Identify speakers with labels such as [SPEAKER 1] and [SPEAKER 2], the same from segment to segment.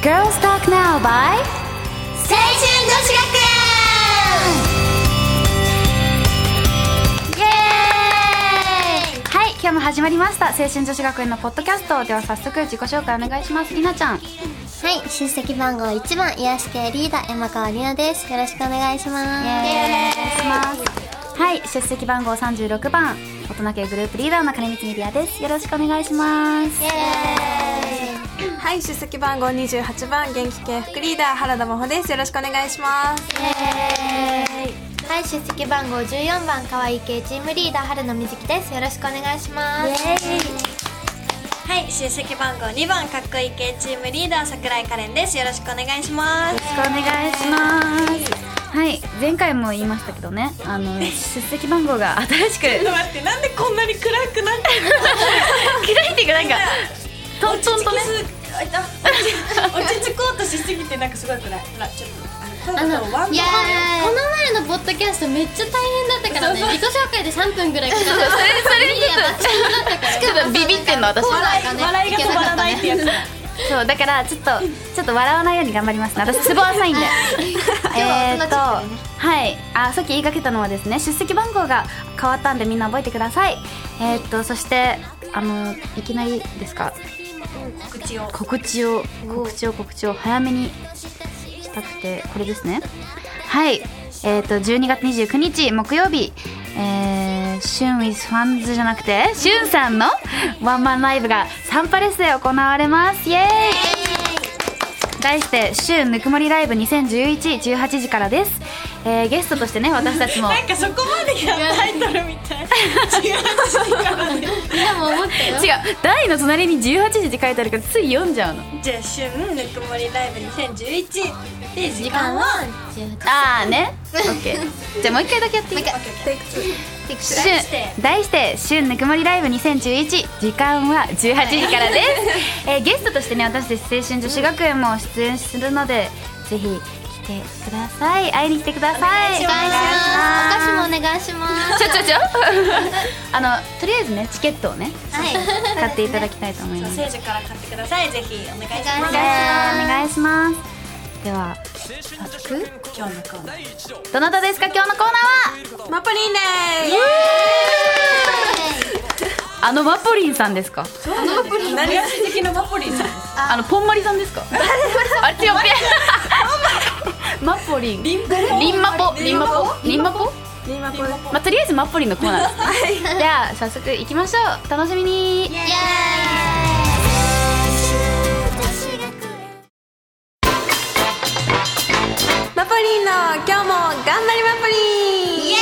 [SPEAKER 1] Girls Talk Now by
[SPEAKER 2] 青春女子学園イエーイ
[SPEAKER 1] はい今日も始まりました青春女子学園のポッドキャストでは早速自己紹介お願いしますりなちゃん
[SPEAKER 3] はい、出席番号1番、癒し系リーダー、山川里奈です。よろしくお願いします。
[SPEAKER 1] ますはい出席番号36番大人系グループリーダーの金光メディアですよろしくお願いします
[SPEAKER 4] はい、出席番号二十八番元気系副リーダー原田真帆です。よろしくお願いします。
[SPEAKER 3] はい、出席番号14番、可愛い系チームリーダー、春野みずきです。よろしくお願いします。
[SPEAKER 5] はい、出席番号2番かっこいい系チームリーダー桜井可憐です。よろしくお願いします。
[SPEAKER 1] よろしくお願いしますはい前回も言いましたけどねあ の出席番号が新しく
[SPEAKER 4] 待って、なんでこんなに暗くなってる
[SPEAKER 1] 開いていく なんかトントンとね
[SPEAKER 4] の？落ち着こうとしすぎてなんかすごい暗い。ほら、ちょっとあの今度ワン
[SPEAKER 3] い
[SPEAKER 4] ド
[SPEAKER 3] やー、こ
[SPEAKER 2] こ
[SPEAKER 3] の前のポッドキャストめっちゃ大変だったからね、自己紹介で3分ぐらいかかっ
[SPEAKER 1] それそれちょっとビビってんの私
[SPEAKER 3] 笑
[SPEAKER 4] 笑い笑いが止まらないってやつだ。
[SPEAKER 1] そうだからちょっとちょっと笑わないように頑張りますね私ツボ浅いんでえーっとはいあさっき言いかけたのはですね出席番号が変わったんでみんな覚えてくださいえーっとそしてあのいきなりですか
[SPEAKER 5] 告知を。
[SPEAKER 1] 告知を告知を告知を早めにしたくてこれですねはいえっ、と12月29日木曜日えー、シュンウィズファンズじゃなくてシュンさんのワンマンライブがサンパレスで行われますイエーイ題して「シュンぬくもりライブ201118時から」です、えー、ゲストとしてね私たちも
[SPEAKER 4] なんかそこまでがタイトルみたい。違う違う。
[SPEAKER 3] た。みんなも思ったよ。
[SPEAKER 1] 違う台の隣に18時って書いてあるからつい読んじゃうの
[SPEAKER 5] じゃあ、旬ぬくもりライブ2011で時間は
[SPEAKER 1] ああねオッケーじゃあもう一回だけやっていいしゅん題して「旬ぬくもりライブ2011」時間は18時からです、えーゲストとしてね私たち青春女子学園も出演するのでぜひ来てください会いに来てくださいお願いし
[SPEAKER 3] お願いします。お菓子もお願いします。
[SPEAKER 1] ちょちょちょ あのとりあえずねチケットをね
[SPEAKER 3] はい。
[SPEAKER 1] 買っていただきたいと思います
[SPEAKER 5] 聖女から買ってください。ぜひお願いします。
[SPEAKER 3] お願いし
[SPEAKER 1] お願いしますでは早速
[SPEAKER 5] 今日のコーナー。
[SPEAKER 1] どなたですか今日のコーナーは
[SPEAKER 4] マッパリンで
[SPEAKER 1] あのマポリンさんですか
[SPEAKER 4] ーす。何が素敵なマッパリンさんです。
[SPEAKER 1] あのポンマリさんですか。 あれ違う。 マポリン。リンマポ。リンマポ。リンマポ。
[SPEAKER 4] リーマコ
[SPEAKER 1] まあ、とりあえずマポリンのコーナーです。じゃあ早速行きましょう。楽しみに。
[SPEAKER 3] イエーイ
[SPEAKER 4] マッパリンの今日も頑張りマッパリン。イエ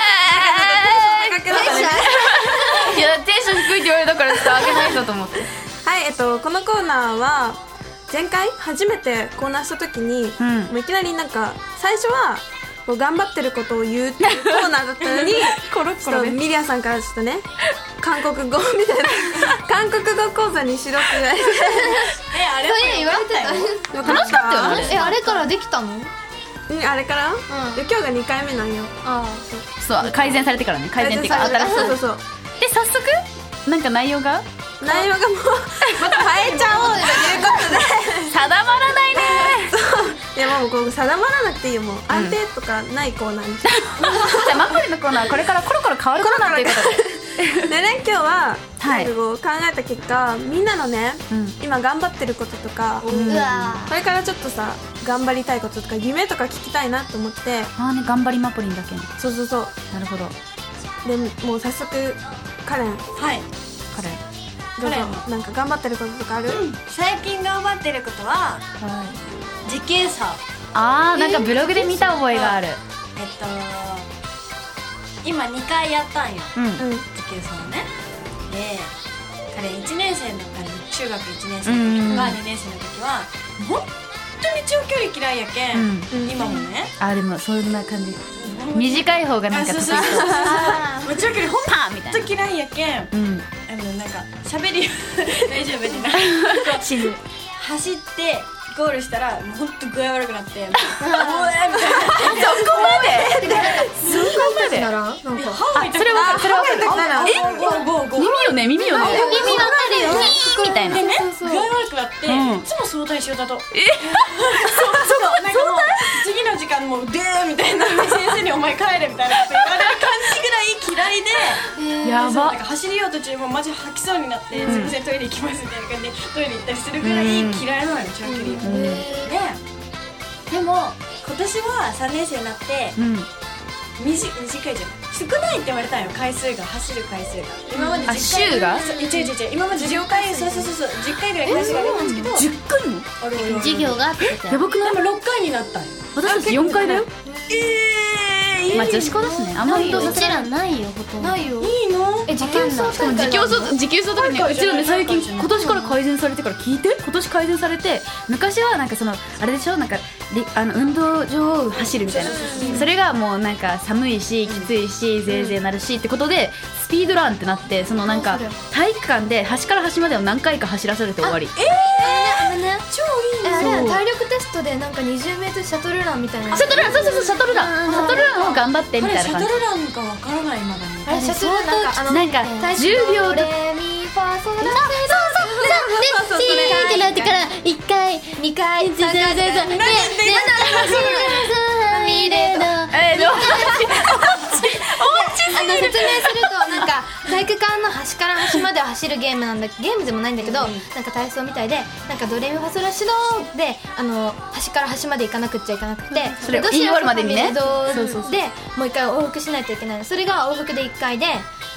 [SPEAKER 4] ーイ。高くなったね。
[SPEAKER 1] いやテンション低いって言われたからちょっと上げないとと思って。
[SPEAKER 4] はい、えっと、このコーナーは前回初めてコーナーした時に、
[SPEAKER 1] ん
[SPEAKER 4] もういきなりなんか最初はこう頑張ってることを言うっていうコーナーだったのに
[SPEAKER 1] コロコ
[SPEAKER 4] ちょ
[SPEAKER 1] ロ
[SPEAKER 4] っ
[SPEAKER 1] ね
[SPEAKER 4] とミリアさんからちょっとね韓国語みたいな韓国語講座にしろって言われ て
[SPEAKER 5] え、あれ
[SPEAKER 3] そういうの言われてた
[SPEAKER 1] 楽しかったよね
[SPEAKER 3] あれえあれからできたの
[SPEAKER 4] うんあれから、で今日が2回目なんよ
[SPEAKER 3] ああそう
[SPEAKER 1] そう改善されてからね改善っていうか
[SPEAKER 4] 改善
[SPEAKER 1] 新し
[SPEAKER 4] されたそう
[SPEAKER 1] い。
[SPEAKER 4] そう
[SPEAKER 1] で早速なんか内容が
[SPEAKER 4] そう内容がもうまた変えちゃおうっていうことで
[SPEAKER 1] 定まらないね。
[SPEAKER 4] いやもうこう定まらなくていいよもう安定とかないコーナーにして、
[SPEAKER 1] じゃあマポリンのコーナーはこれからコロコロ変わるコーナーということで。
[SPEAKER 4] でね今日は
[SPEAKER 1] はい
[SPEAKER 4] なんかこう考えた結果みんなのね、
[SPEAKER 1] うん
[SPEAKER 4] 今頑張ってることとか、
[SPEAKER 3] う
[SPEAKER 4] こ
[SPEAKER 3] わ
[SPEAKER 4] れからちょっとさ頑張りたいこととか夢とか聞きたいなと思って
[SPEAKER 1] ああね頑張りマポリンだけに。
[SPEAKER 4] そうそうそう
[SPEAKER 1] なるほど。
[SPEAKER 4] でもう早速カレンど
[SPEAKER 5] はい。
[SPEAKER 1] 彼。
[SPEAKER 4] うぞ
[SPEAKER 5] カレン
[SPEAKER 4] なんか頑張ってることとかある、
[SPEAKER 5] 最近頑張ってることは、
[SPEAKER 1] はい。
[SPEAKER 5] 時給差。
[SPEAKER 1] あーなんかブログで見た覚えがある、
[SPEAKER 5] えっと、今2回やったんよ。
[SPEAKER 1] うん
[SPEAKER 4] うん
[SPEAKER 5] 時給差をね。で、彼1年生の彼中学1年生の時とか
[SPEAKER 1] うん
[SPEAKER 5] 2年生の時は、本当に長距離嫌いやけ
[SPEAKER 1] うん
[SPEAKER 5] ん、今もね。
[SPEAKER 1] あでもそんな感じ短い方がなんか得意そう
[SPEAKER 5] あそうそう
[SPEAKER 3] あ
[SPEAKER 5] もう長距離ほん
[SPEAKER 1] パーンみたい
[SPEAKER 5] と嫌いやけんあ
[SPEAKER 1] うん
[SPEAKER 5] のなんか喋り 大丈夫別に
[SPEAKER 1] 死ぬ
[SPEAKER 5] 走ってゴールしたらもうほんと具合悪くな ってもううえみたいな
[SPEAKER 1] そこまでそこまで
[SPEAKER 3] ならなんか
[SPEAKER 5] 歯を
[SPEAKER 1] あそれはそれは
[SPEAKER 4] あカレンだから
[SPEAKER 5] えゴーゴーゴー
[SPEAKER 1] 耳よね耳よね
[SPEAKER 3] 耳の
[SPEAKER 1] でよみたいな
[SPEAKER 6] でね具合悪くなって、いつも早退しようだ とえそうそうなんかもう次の時間もうでーみたいな先生に「お前帰れ」みたいなこと言われる感じぐらい嫌いで
[SPEAKER 1] や
[SPEAKER 6] そう
[SPEAKER 1] ば
[SPEAKER 6] なんか走りよう途中もうマジ吐きそうになって「すいませんトイレ行きます」みたいな感じでトイレ行ったりするぐらい嫌いなのよ長距
[SPEAKER 1] う
[SPEAKER 6] 離、
[SPEAKER 1] ん
[SPEAKER 6] ででも今年は3年生になって
[SPEAKER 1] うん
[SPEAKER 6] 短短いじゃん少ないって言われたんよ回数が走る回数が今まで10
[SPEAKER 1] あ
[SPEAKER 6] 回
[SPEAKER 1] 週が
[SPEAKER 6] そう違う違う違う今まで10回そうそうそうそう10回ぐらい回数があったんですけど
[SPEAKER 1] 10回も
[SPEAKER 6] あるあるある
[SPEAKER 2] 授業があって
[SPEAKER 1] やばくない
[SPEAKER 6] でも6回になったんよ
[SPEAKER 1] 私たち4回だよ
[SPEAKER 6] ええ
[SPEAKER 1] まあ女子校だしねあんまり
[SPEAKER 2] うちらないよほとんど
[SPEAKER 3] ないよ
[SPEAKER 6] いいの
[SPEAKER 3] え時給
[SPEAKER 1] しかも時給卒時給卒とかね
[SPEAKER 6] 高
[SPEAKER 1] う
[SPEAKER 6] いじゃ
[SPEAKER 1] ち
[SPEAKER 6] ん
[SPEAKER 1] らね最近
[SPEAKER 6] 高いじゃん
[SPEAKER 1] 今年から改善されてから聞いて今年改善されて昔はなんかそのあれでしょなんかりあの運動場を走るみたいなそれがもうなんか寒いしきついしぜいぜいなるしってことでスピードランってなってそのなんか体育館で端から端までを何回か走らされて終わり
[SPEAKER 3] あのね超いいあれ体力テストでなんか 20m シャトルランみたいな
[SPEAKER 1] シャトルランそうそうそうシャトルランシャトルランを頑張ってみ
[SPEAKER 6] 彼
[SPEAKER 1] たい
[SPEAKER 6] シ
[SPEAKER 1] な
[SPEAKER 6] ャ
[SPEAKER 1] 感
[SPEAKER 6] ト
[SPEAKER 1] じ
[SPEAKER 6] ルランかわからないまだに
[SPEAKER 3] あれシャトルランなんかあの
[SPEAKER 1] なんか10秒
[SPEAKER 3] で
[SPEAKER 1] で
[SPEAKER 3] レミファソラ
[SPEAKER 2] でチーンってなってから一回二回ずずずずでででで見れな
[SPEAKER 1] えーどう
[SPEAKER 3] あの説明するとなんか体育館の端から端までを走るゲームなんだゲームでもないんだけど、なんか体操みたいでなんかドレミファソラシドであの端から端まで行かなくっちゃいかなくて、
[SPEAKER 1] それ
[SPEAKER 3] どうして
[SPEAKER 1] 言い終わるまでにね
[SPEAKER 3] そのファミレドでもう一回往復しないといけないそれが往復で1回で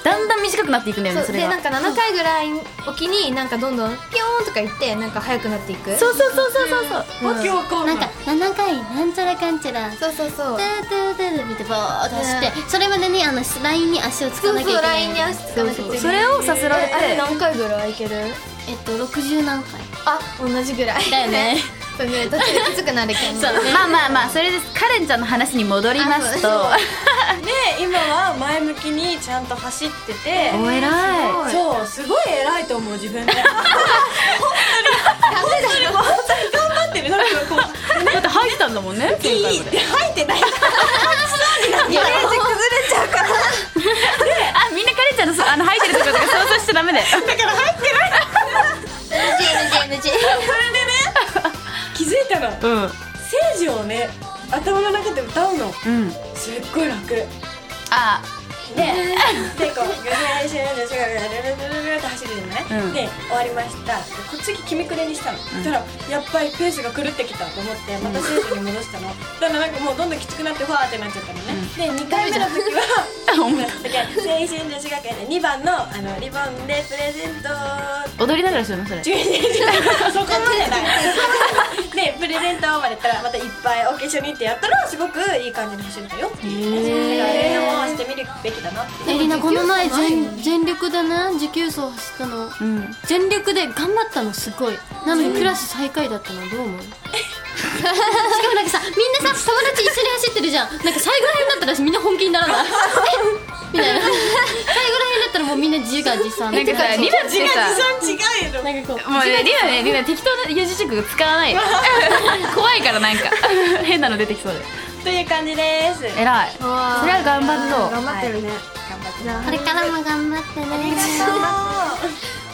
[SPEAKER 1] だんだん短くなっていくんだよね
[SPEAKER 3] そ
[SPEAKER 1] そうれ
[SPEAKER 3] でな
[SPEAKER 1] が
[SPEAKER 3] んか7回ぐらいおきになんかどんどんピョーンとか行ってなんか速くなっていく
[SPEAKER 1] そうそうそうそうそうそう
[SPEAKER 6] わけわかんな
[SPEAKER 2] な
[SPEAKER 6] い
[SPEAKER 2] んか7回なんちゃらかんちゃら
[SPEAKER 3] そうそうそう
[SPEAKER 2] でででで見てぼーっと走ってそれまでにあのラインに足をつ
[SPEAKER 3] そ
[SPEAKER 2] か
[SPEAKER 3] う
[SPEAKER 2] なきゃい
[SPEAKER 3] そう
[SPEAKER 2] け
[SPEAKER 3] ラ
[SPEAKER 2] な
[SPEAKER 3] イ
[SPEAKER 2] い
[SPEAKER 3] ンに足つかなくちゃいけない
[SPEAKER 1] それをさせられて
[SPEAKER 3] あれ何回ぐらいいける
[SPEAKER 2] えっと60何回
[SPEAKER 3] あ同じぐらい
[SPEAKER 2] だよね
[SPEAKER 3] そうね途中できつくなるけどね
[SPEAKER 1] まあまあまあそれですカレンちゃんの話に戻りますと
[SPEAKER 6] で今は前向きにちゃんと走ってて
[SPEAKER 1] お偉い
[SPEAKER 6] そうすごい偉いと思う自 分で本当に本当に頑張ってるなんかこう
[SPEAKER 1] だって入ったんだもんね
[SPEAKER 6] いいって入ってない
[SPEAKER 1] あみんなカレンちゃんのそうあの入ってるところとか想像しちゃダメだよ
[SPEAKER 6] それでね気づいたの聖ジをね頭の中で歌うの
[SPEAKER 1] うんうん
[SPEAKER 6] すっごい楽で
[SPEAKER 1] あ
[SPEAKER 6] でこう「ガシャガシャガシャガシャルルルルル」って走るじゃない、
[SPEAKER 1] うん
[SPEAKER 6] で終わりましたでこっち決めくれにしたの、そしたらやっぱりペースが狂ってきたと思ってまた聖ジに戻したの、だからなんかもうどんどんきつくなってファーってなっちゃったのね、で2回目の時は
[SPEAKER 1] お前
[SPEAKER 6] 青春女子学園で2番のあのリボンでプレゼント
[SPEAKER 1] 踊りながらしようね それ
[SPEAKER 6] 中二そこまでないでプレゼントまでったらまたいっぱいお化粧にってやったらすごくいい感じに走れたよっていうねだからレーもしてみるべきだなって
[SPEAKER 2] エリナこの前全全力でね持久走走ったの
[SPEAKER 1] うん
[SPEAKER 2] 全力で頑張ったのすごいなのにクラス最下位だったのどう思うしかもなんかさみんなさ友達一緒に走ってるじゃんなんか最後らへんだったらみんな本気にならないえみたいな最後らへんだったらもうみんな自画自賛
[SPEAKER 1] なんかさリナってさ
[SPEAKER 6] 違うよ
[SPEAKER 2] なんかこう
[SPEAKER 1] もうねリナねリナ適当な四字熟語使わないよ怖いからなんか変なの出てきそうで
[SPEAKER 6] という感じです
[SPEAKER 1] 偉いそれは頑張っとう
[SPEAKER 4] 頑張ってるね、頑張
[SPEAKER 2] これからも頑張ってね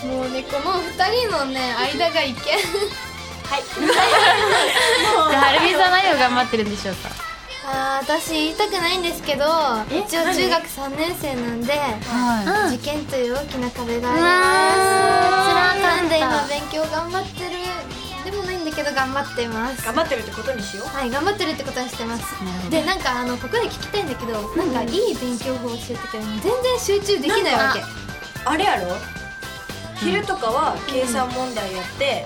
[SPEAKER 3] もうねこの2人のね間がいけ
[SPEAKER 1] じゃあはるみさん何を頑張ってるんでしょうか
[SPEAKER 3] あー私言いたくないんですけど一応中学3年生なんで
[SPEAKER 1] は
[SPEAKER 3] 受験という大きな壁があ
[SPEAKER 2] う
[SPEAKER 3] り
[SPEAKER 2] わ
[SPEAKER 3] ますなんで今勉強頑張ってるでもないんだけど頑張ってます
[SPEAKER 6] 頑張ってるってことにしよう
[SPEAKER 3] はい頑張ってるってことはしてますでなんかあのここで聞きたいんだけどなんかいい勉強法を教えてくれる全然集中できないわけ
[SPEAKER 6] あれやろ昼とかは計算問題やって、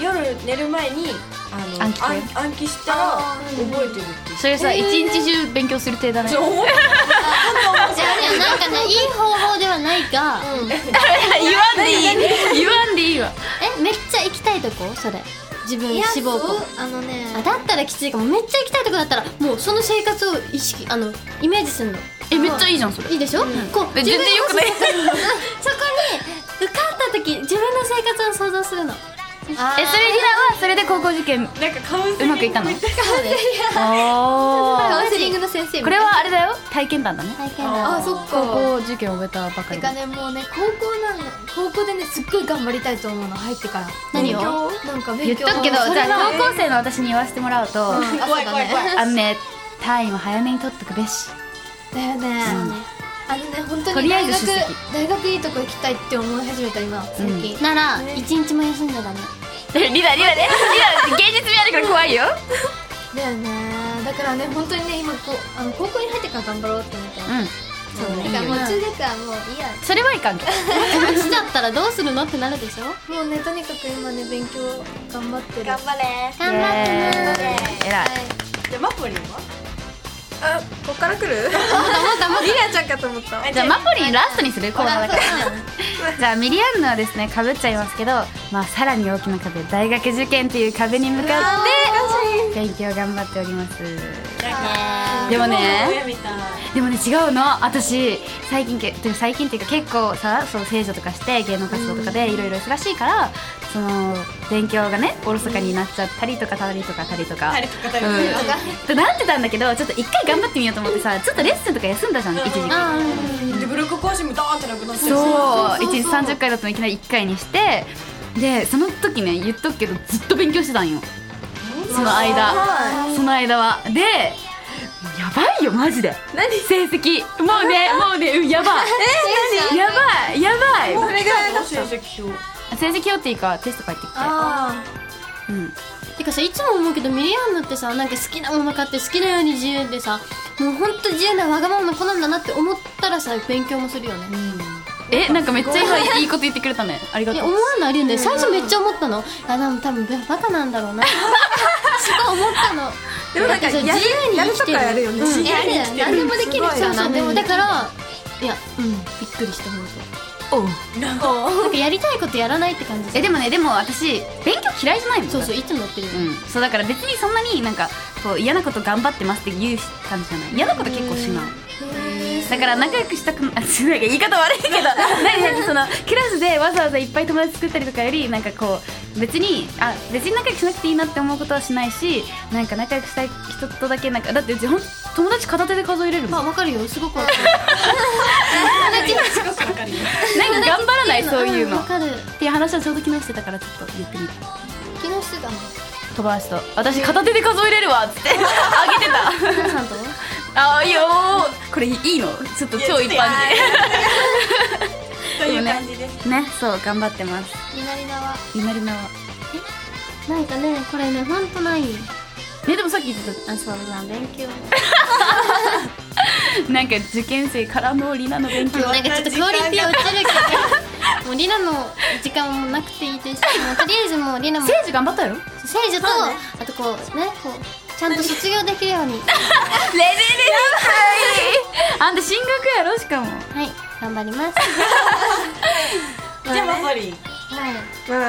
[SPEAKER 6] 夜寝る前にあの
[SPEAKER 1] 暗記
[SPEAKER 6] 暗暗記したら覚えてるって
[SPEAKER 1] いそれさ一日中勉強する程だね
[SPEAKER 6] そう思っ
[SPEAKER 2] じゃあいやなんかねいい方法ではないが
[SPEAKER 1] 言わん でいい言わんでいいわ
[SPEAKER 2] えめっちゃ行きたいとこそれ自分
[SPEAKER 3] いや
[SPEAKER 2] 志望校
[SPEAKER 3] そうあのね
[SPEAKER 2] あだったらきついかもめっちゃ行きたいとこだったらもうその生活を意識あのイメージするの
[SPEAKER 1] えめっちゃいいじゃんそれ
[SPEAKER 2] いいでしょ、こう
[SPEAKER 1] え全 然よくない
[SPEAKER 2] 自分のそこにそこに受かった時自分の生活を想像するの
[SPEAKER 1] えそれリラはそれで高校受験
[SPEAKER 6] なんかカウンセ
[SPEAKER 1] う
[SPEAKER 6] リング
[SPEAKER 1] まくいったの
[SPEAKER 3] そうですカ
[SPEAKER 1] お
[SPEAKER 3] ウンセリングの先生
[SPEAKER 1] ーこれはあれだよ体験談だね
[SPEAKER 3] 体験談
[SPEAKER 2] あそっ
[SPEAKER 1] 高
[SPEAKER 2] か
[SPEAKER 1] 校受験を終えたばか
[SPEAKER 2] て
[SPEAKER 1] りの
[SPEAKER 2] かねもうね高校なの高校でねすっごい頑張りたいと思うの入ってから
[SPEAKER 1] 何を
[SPEAKER 2] なんか
[SPEAKER 1] 言
[SPEAKER 2] 勉
[SPEAKER 1] っ
[SPEAKER 2] 強
[SPEAKER 1] とくけど
[SPEAKER 2] そ
[SPEAKER 1] じ
[SPEAKER 2] れ
[SPEAKER 1] ゃ
[SPEAKER 2] は
[SPEAKER 1] あ高校生の私に言わせてもらうと、
[SPEAKER 2] うん
[SPEAKER 6] 怖い怖い怖い
[SPEAKER 1] あのねタイム早めに取っとくべし
[SPEAKER 2] だよねあのね本当
[SPEAKER 1] と
[SPEAKER 2] に
[SPEAKER 1] りあえ
[SPEAKER 2] 大
[SPEAKER 1] ず
[SPEAKER 2] 学
[SPEAKER 1] 出席
[SPEAKER 2] 大学いいとこ行きたいって思い始めた今最近
[SPEAKER 3] なら一日も休んだらね
[SPEAKER 1] リラリラねリラ現実味あるから怖いよ
[SPEAKER 2] だよねだからね本当にね今こうあの高校に入ってから頑張ろうって思って
[SPEAKER 1] うん
[SPEAKER 2] そう
[SPEAKER 3] だ
[SPEAKER 2] ね
[SPEAKER 3] か
[SPEAKER 2] だ
[SPEAKER 3] ら
[SPEAKER 2] から
[SPEAKER 3] も
[SPEAKER 2] も
[SPEAKER 3] う
[SPEAKER 2] う
[SPEAKER 3] 中学はもういいや
[SPEAKER 1] それはいかんけど
[SPEAKER 3] 落ちちゃったらどうするのってなるでしょ
[SPEAKER 2] もうねとにかく今ね勉強頑張ってる
[SPEAKER 5] 頑張れ
[SPEAKER 3] 頑張ってね
[SPEAKER 1] えらい
[SPEAKER 6] じゃあマポリンは
[SPEAKER 4] あこっから来るリラちゃんかと思った
[SPEAKER 1] じゃあマポリンラストにするコーナーだから じゃあミリアンヌはですねかぶっちゃいますけど、まあ、さらに大きな壁大学受験っていう壁に向かって勉強頑張っておりますでもね
[SPEAKER 6] 親みたい
[SPEAKER 1] でもね違うの私最近けてか最近っていうか結構さその聖女とかして芸能活動とかでいろいろ忙しいからその勉強がねおろそかになっちゃったりとかたりとかたりとか
[SPEAKER 6] たりとかたりと
[SPEAKER 1] うん
[SPEAKER 6] か
[SPEAKER 1] ってなってたんだけどちょっと一回頑張ってみようと思ってさちょっとレッスンとか休んだじゃん一時期
[SPEAKER 6] でブロック講師もダーンってなくなって
[SPEAKER 1] そう一日30回だったのいきなり1回にしてでその時ね言っとくけどずっと勉強してたんよその間その間はでもうやばいよマジで何成績もうねもうねうんやばいやばいやば
[SPEAKER 4] それぐらいだっ
[SPEAKER 6] 成績表
[SPEAKER 1] い成績表っていうかテスト返ってきて
[SPEAKER 2] あ
[SPEAKER 1] うん
[SPEAKER 2] てかさいつも思うけどミリアンナってさなんか好きなもの買って好きなように自由でさもうほんと自由なわがままな子なんだなって思ったらさ勉強もするよね
[SPEAKER 1] えなんかめっちゃ今いいこと言ってくれたねありが
[SPEAKER 2] いや
[SPEAKER 1] と
[SPEAKER 2] 思
[SPEAKER 1] う
[SPEAKER 2] わないありえんだよ最初めっちゃ思ったのあでも多分バカなんだろうなそう思ったの
[SPEAKER 4] でもなんか
[SPEAKER 2] だってさ
[SPEAKER 4] やる
[SPEAKER 2] 自由に
[SPEAKER 4] やる
[SPEAKER 2] 生
[SPEAKER 4] と
[SPEAKER 2] き
[SPEAKER 4] か
[SPEAKER 2] てる
[SPEAKER 4] やるよね
[SPEAKER 2] うん
[SPEAKER 4] 自由に
[SPEAKER 2] やる何でもできる人は何でも
[SPEAKER 3] そうそう
[SPEAKER 2] だからいやうんびっくりした本当なんかやりたいことやらないって感じ
[SPEAKER 1] えでもねでも私勉強嫌いじゃないもん
[SPEAKER 2] そうそういつもやってるよ
[SPEAKER 1] うん、そうだから別にそんなになんかこう嫌なこと頑張ってますって言う感じじゃない嫌なこと結構しないだから仲良くしたく ななんか言い方悪いけど なんかそのクラスでわざわざいっぱい友達作ったりとかよりなんかこう別にあ別に仲良くしなくていいなって思うことはしないしなんか仲良くしたい人とだけなんかだってうちほん友達片手で数えれるもん
[SPEAKER 2] あわかるよすごくわかる
[SPEAKER 6] すごくわかるよ
[SPEAKER 1] なんか頑張 らないそういうの
[SPEAKER 2] わ
[SPEAKER 1] っ
[SPEAKER 2] かる
[SPEAKER 1] ていう話はちょうど昨日してたからちょっと言ってみた
[SPEAKER 3] 昨日してたの
[SPEAKER 1] 飛ばしと私片手で数えれるわっつって あげてた
[SPEAKER 2] 皆さんと
[SPEAKER 1] あいいよーこれいいのちょっと超一般
[SPEAKER 6] という感じです
[SPEAKER 1] でねそう頑張ってます
[SPEAKER 3] りなりなは
[SPEAKER 1] ゆなりなは
[SPEAKER 3] なんかねこれねほんとない
[SPEAKER 1] ねでもさっき言って
[SPEAKER 3] あそうだな勉強
[SPEAKER 1] たなんか受験生からのりなの勉 強
[SPEAKER 3] なんかちょっとクオリティ落ちるけどもうリナの時間もなくていいですしもうとりあえずもうリナも
[SPEAKER 1] せいじ頑張ったよレ
[SPEAKER 3] 聖女と、あとこうねこうちゃんと卒業できる ように
[SPEAKER 1] ベルあんた進学やろしかも
[SPEAKER 3] はい頑張ります
[SPEAKER 6] じゃあマポリン
[SPEAKER 3] はい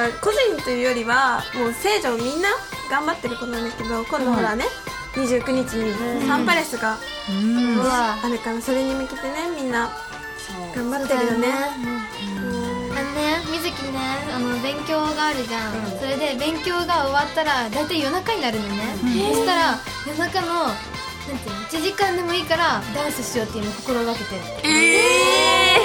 [SPEAKER 4] まあ個人というよりはもう聖女みんな頑張ってる子なんだけど今度ほらね、29日にサンパレスが
[SPEAKER 1] うん
[SPEAKER 4] あるからそれに向けてねみんな頑張ってるよね
[SPEAKER 3] あのね水木ねあの勉強があるじゃん、それで勉強が終わったら大体夜中になるのね、そしたら夜中のなんていうの1時間でもいいからダンスしようっていうのを心がけてええー、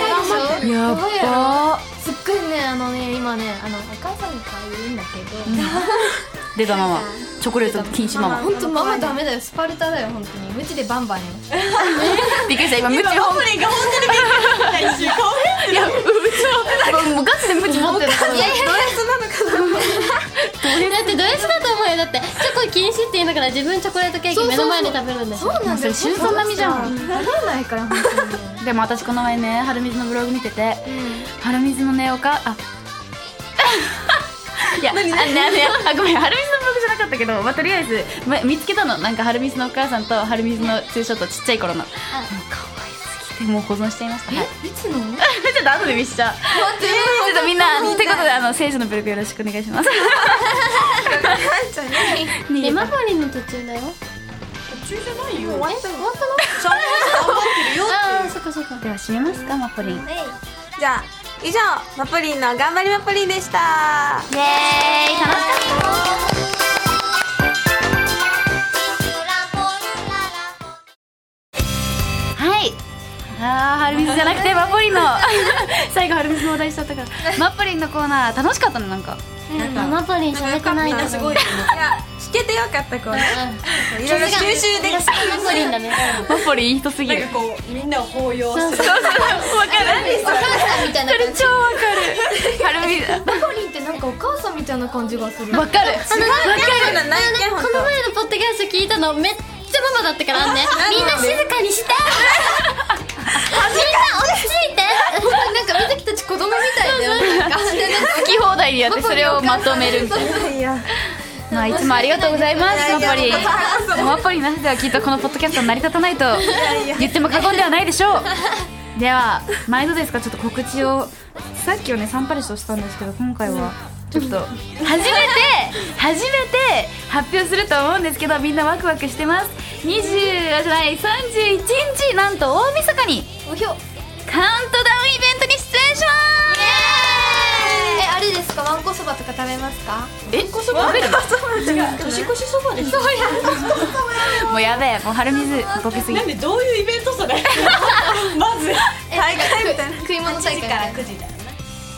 [SPEAKER 3] でしょ
[SPEAKER 1] や
[SPEAKER 3] や
[SPEAKER 1] っ
[SPEAKER 3] ばいやろ
[SPEAKER 1] ば
[SPEAKER 3] すっごいねあのね今ねあのお母さんから言うんだけど、
[SPEAKER 1] ー出たママチョコレート禁止ママ
[SPEAKER 3] ほんとママダメだよスパルタだよ本当に無知でバンバンよ
[SPEAKER 1] びっくりした今ムチ
[SPEAKER 6] 今マポリンが本当にびっくりした一瞬顔
[SPEAKER 1] いやうちももうガチでムチ持ってる
[SPEAKER 2] いやいやドレスなのかな だってドレスだと思うよだってチョコ禁止って言うのから自分チョコレートケーキ目の前で食べるんだし
[SPEAKER 1] なんそれ週3並みじゃん
[SPEAKER 3] 分ないから本当
[SPEAKER 1] でも私この前ね春水のブログ見てて、春水のねおかあいやあねあねあごめん春水のブログじゃなかったけど、まあ、とりあえず、ま見つけたのなんか春水のお母さんと春水のツーショットちっちゃい頃のもう可愛すぎてもう保存しちゃいました、はい、
[SPEAKER 3] にいつの
[SPEAKER 1] ちょっと後で見しちゃう ちょっとみんなということであの聖書のブログよろしくお願いしますね
[SPEAKER 2] でマファリンの途中だよ
[SPEAKER 6] 途中じゃないよ
[SPEAKER 2] え終わったの
[SPEAKER 6] ちゃんと頑張ってるよ
[SPEAKER 2] ああそっかそっか
[SPEAKER 1] では締めますかマポリン
[SPEAKER 4] じゃあ以上マプリンの頑張りマプリンでした
[SPEAKER 1] イエーイ楽しかったはい。ああ、ハルミズじゃなくて、マッポ リンの。最後、ハルミズのお題しちゃったから。マッポリンのコーナー、楽しかったね、なんか。
[SPEAKER 2] ママポリン喋ってない
[SPEAKER 4] みん
[SPEAKER 2] んだ
[SPEAKER 4] な
[SPEAKER 2] け
[SPEAKER 4] す
[SPEAKER 2] ど
[SPEAKER 4] ごいいや聞けてよかったこうねいろいろ吸収できた
[SPEAKER 2] ママポリンだね
[SPEAKER 1] マッポリン、人すぎ
[SPEAKER 6] なん
[SPEAKER 1] る。
[SPEAKER 6] かこうみんなを抱擁する
[SPEAKER 2] お母さんみたいな感じ
[SPEAKER 1] ハルミズ。
[SPEAKER 3] マポリンってなんかお母さんみたいな感じがする
[SPEAKER 1] わかる。
[SPEAKER 2] あのなんか
[SPEAKER 4] そんなんないけんほん
[SPEAKER 2] この前のポッドキャスト聞いたのめっちゃママだったからあんねみんな静かにしてみんな落ち着いて
[SPEAKER 3] なんかみずきたち子供みたいだよねなんか
[SPEAKER 1] 好き放題でやって、それをまとめるみたいな。
[SPEAKER 4] といや
[SPEAKER 1] まあ、いつもありがとうございます、マッポリ
[SPEAKER 4] いやいや
[SPEAKER 1] ン。マッポリンなしではきっとこのポッドキャスト成り立たないと言っても過言ではないでしょう。では、毎度ですか、ちょっと告知を、さっきはね、サンパレスをしたんですけど、今回は、ちょっと、初めて、初めて発表すると思うんですけど、みんなワクワクしてます。20、あじゃない、31日、なんと大晦日に、
[SPEAKER 3] おひょ
[SPEAKER 1] カウントダウンイベントに出演しま
[SPEAKER 3] えあれですかわんこそばとか食べますか
[SPEAKER 1] すえ、食べる
[SPEAKER 6] 年越しそばです
[SPEAKER 1] もうやべえ、もう春水、ボケすぎ
[SPEAKER 6] なん。でどういうイベントそ れまず
[SPEAKER 4] 大会みたいな
[SPEAKER 3] 食い物大会
[SPEAKER 6] 9時だよ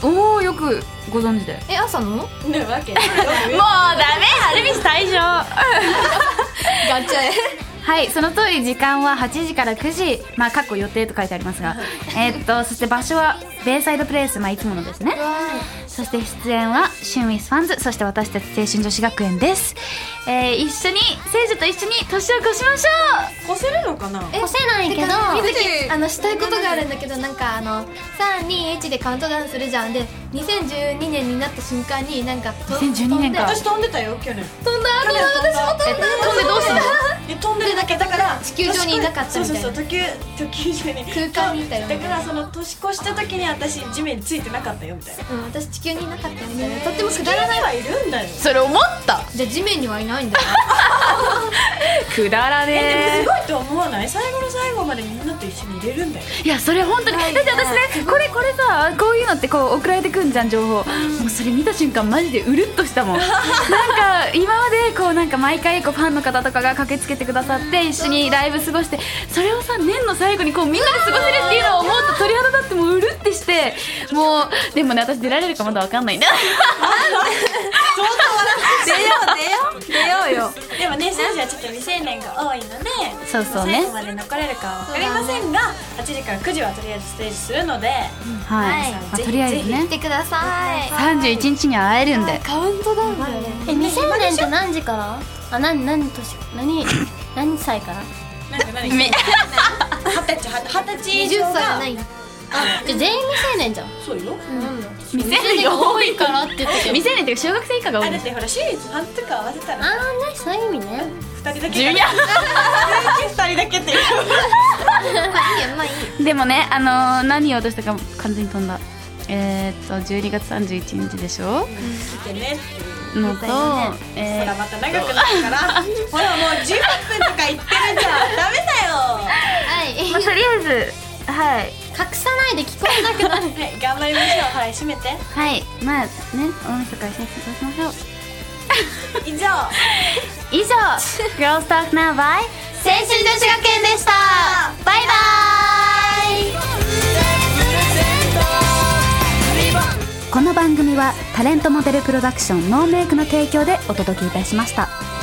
[SPEAKER 1] おおよくご存知で
[SPEAKER 3] え朝の
[SPEAKER 6] ねわけ
[SPEAKER 1] もうダメ春水退場
[SPEAKER 3] ガチャえ
[SPEAKER 1] はいその通り時間は8時から9時まあ過去予定と書いてありますがえーっとそして場所はベイサイドプレイスまあいつものですねそして出演はシュンウィスファンズそして私たち青春女子学園ですえー、一緒に聖女と一緒に年を越しまし
[SPEAKER 6] 越せるのかな
[SPEAKER 2] 干せないけど
[SPEAKER 3] みずきあのしたいことがあるんだけどなんかあの321でカウントダウンするじゃんで2012年になった瞬間になんかと
[SPEAKER 1] 2012年か
[SPEAKER 6] 私飛んでたよ去年
[SPEAKER 3] 飛んだ後私も飛んだ
[SPEAKER 1] 飛んでどうすんの
[SPEAKER 6] え飛んでるだけだから
[SPEAKER 3] 地球上にいなかったみたいな
[SPEAKER 6] そうそうそう地球 地球上に
[SPEAKER 3] 空間にいたよ
[SPEAKER 6] だからその年越した時に私地面についてなかったよみたいな
[SPEAKER 3] うん私地球にいなかったみたいなとってもく
[SPEAKER 6] 地球
[SPEAKER 3] だ
[SPEAKER 6] に
[SPEAKER 3] らない
[SPEAKER 6] はいるんだよす
[SPEAKER 1] それ思った
[SPEAKER 3] じゃあ地面にはいないんだよ
[SPEAKER 1] くだらね
[SPEAKER 6] ごいと思わない最後の最後までみんなと一緒にいれるんだよ
[SPEAKER 1] えいやそれ本当にだって私ねこれこれさこういうのってこう送られてくんじゃん情報もうそれ見た瞬間マジでうるっとした もんなんか今までこうなんか毎回こうファンの方とかが駆けつけてくださって一緒にライブ過ごしてそれをさ年の最後にこうみんなで過ごせるっていうのを思うと鳥肌立ってもううるってしてもうでもね私出られるかまだわかんないんだ
[SPEAKER 4] 出よう出よう出ようよ
[SPEAKER 6] でもねステージはちょっと未成年が多いので
[SPEAKER 1] そうそうね
[SPEAKER 6] 最後まで残れるかは分かりませんが8時から9時はとりあえずステージするので
[SPEAKER 1] はい、まあ、とりあえずね
[SPEAKER 3] 来てください
[SPEAKER 1] 31日には会えるんで
[SPEAKER 3] カウントダウンだよね
[SPEAKER 2] え2000年って何時からあ何何年何何歳から
[SPEAKER 6] なんか何二十歳二十歳以上
[SPEAKER 3] 20歳じゃ
[SPEAKER 6] が
[SPEAKER 3] ない
[SPEAKER 2] あじゃあ全員未成年じゃん
[SPEAKER 6] そうよ
[SPEAKER 1] 見せる
[SPEAKER 2] が
[SPEAKER 1] よ
[SPEAKER 2] 多いからって言ってたけど
[SPEAKER 1] 見せるっていうか小学生以下が多
[SPEAKER 6] あ
[SPEAKER 1] いん
[SPEAKER 6] れ
[SPEAKER 1] です
[SPEAKER 6] ってほら私立半とか合わせた
[SPEAKER 2] あ
[SPEAKER 6] ら
[SPEAKER 2] あねそういう意味ね
[SPEAKER 6] 二人だけ
[SPEAKER 1] ジュニア
[SPEAKER 6] 二人だけっていう
[SPEAKER 1] でもね、あのー何を落としたか完全に飛んだ。えー、っと12月31日でしょ、
[SPEAKER 6] 来てね
[SPEAKER 1] のと、
[SPEAKER 6] ほ
[SPEAKER 1] え
[SPEAKER 6] らまた長くなるからほらもう18分とか言ってるじゃんダメだよ
[SPEAKER 1] ーまあ、とりあえずはい
[SPEAKER 2] 隠さないで聞こえなくな
[SPEAKER 6] は
[SPEAKER 2] る
[SPEAKER 6] い頑張りましょうはい締めて
[SPEAKER 1] はいまあね大晦日一緒に過ごしましょう
[SPEAKER 6] 以上
[SPEAKER 1] 以上「Girls Talk Now by
[SPEAKER 2] 青春女子学園でしたバイバーイ
[SPEAKER 1] この番組はタレントモデルプロダクションノーメイクの提供でお届けいたしました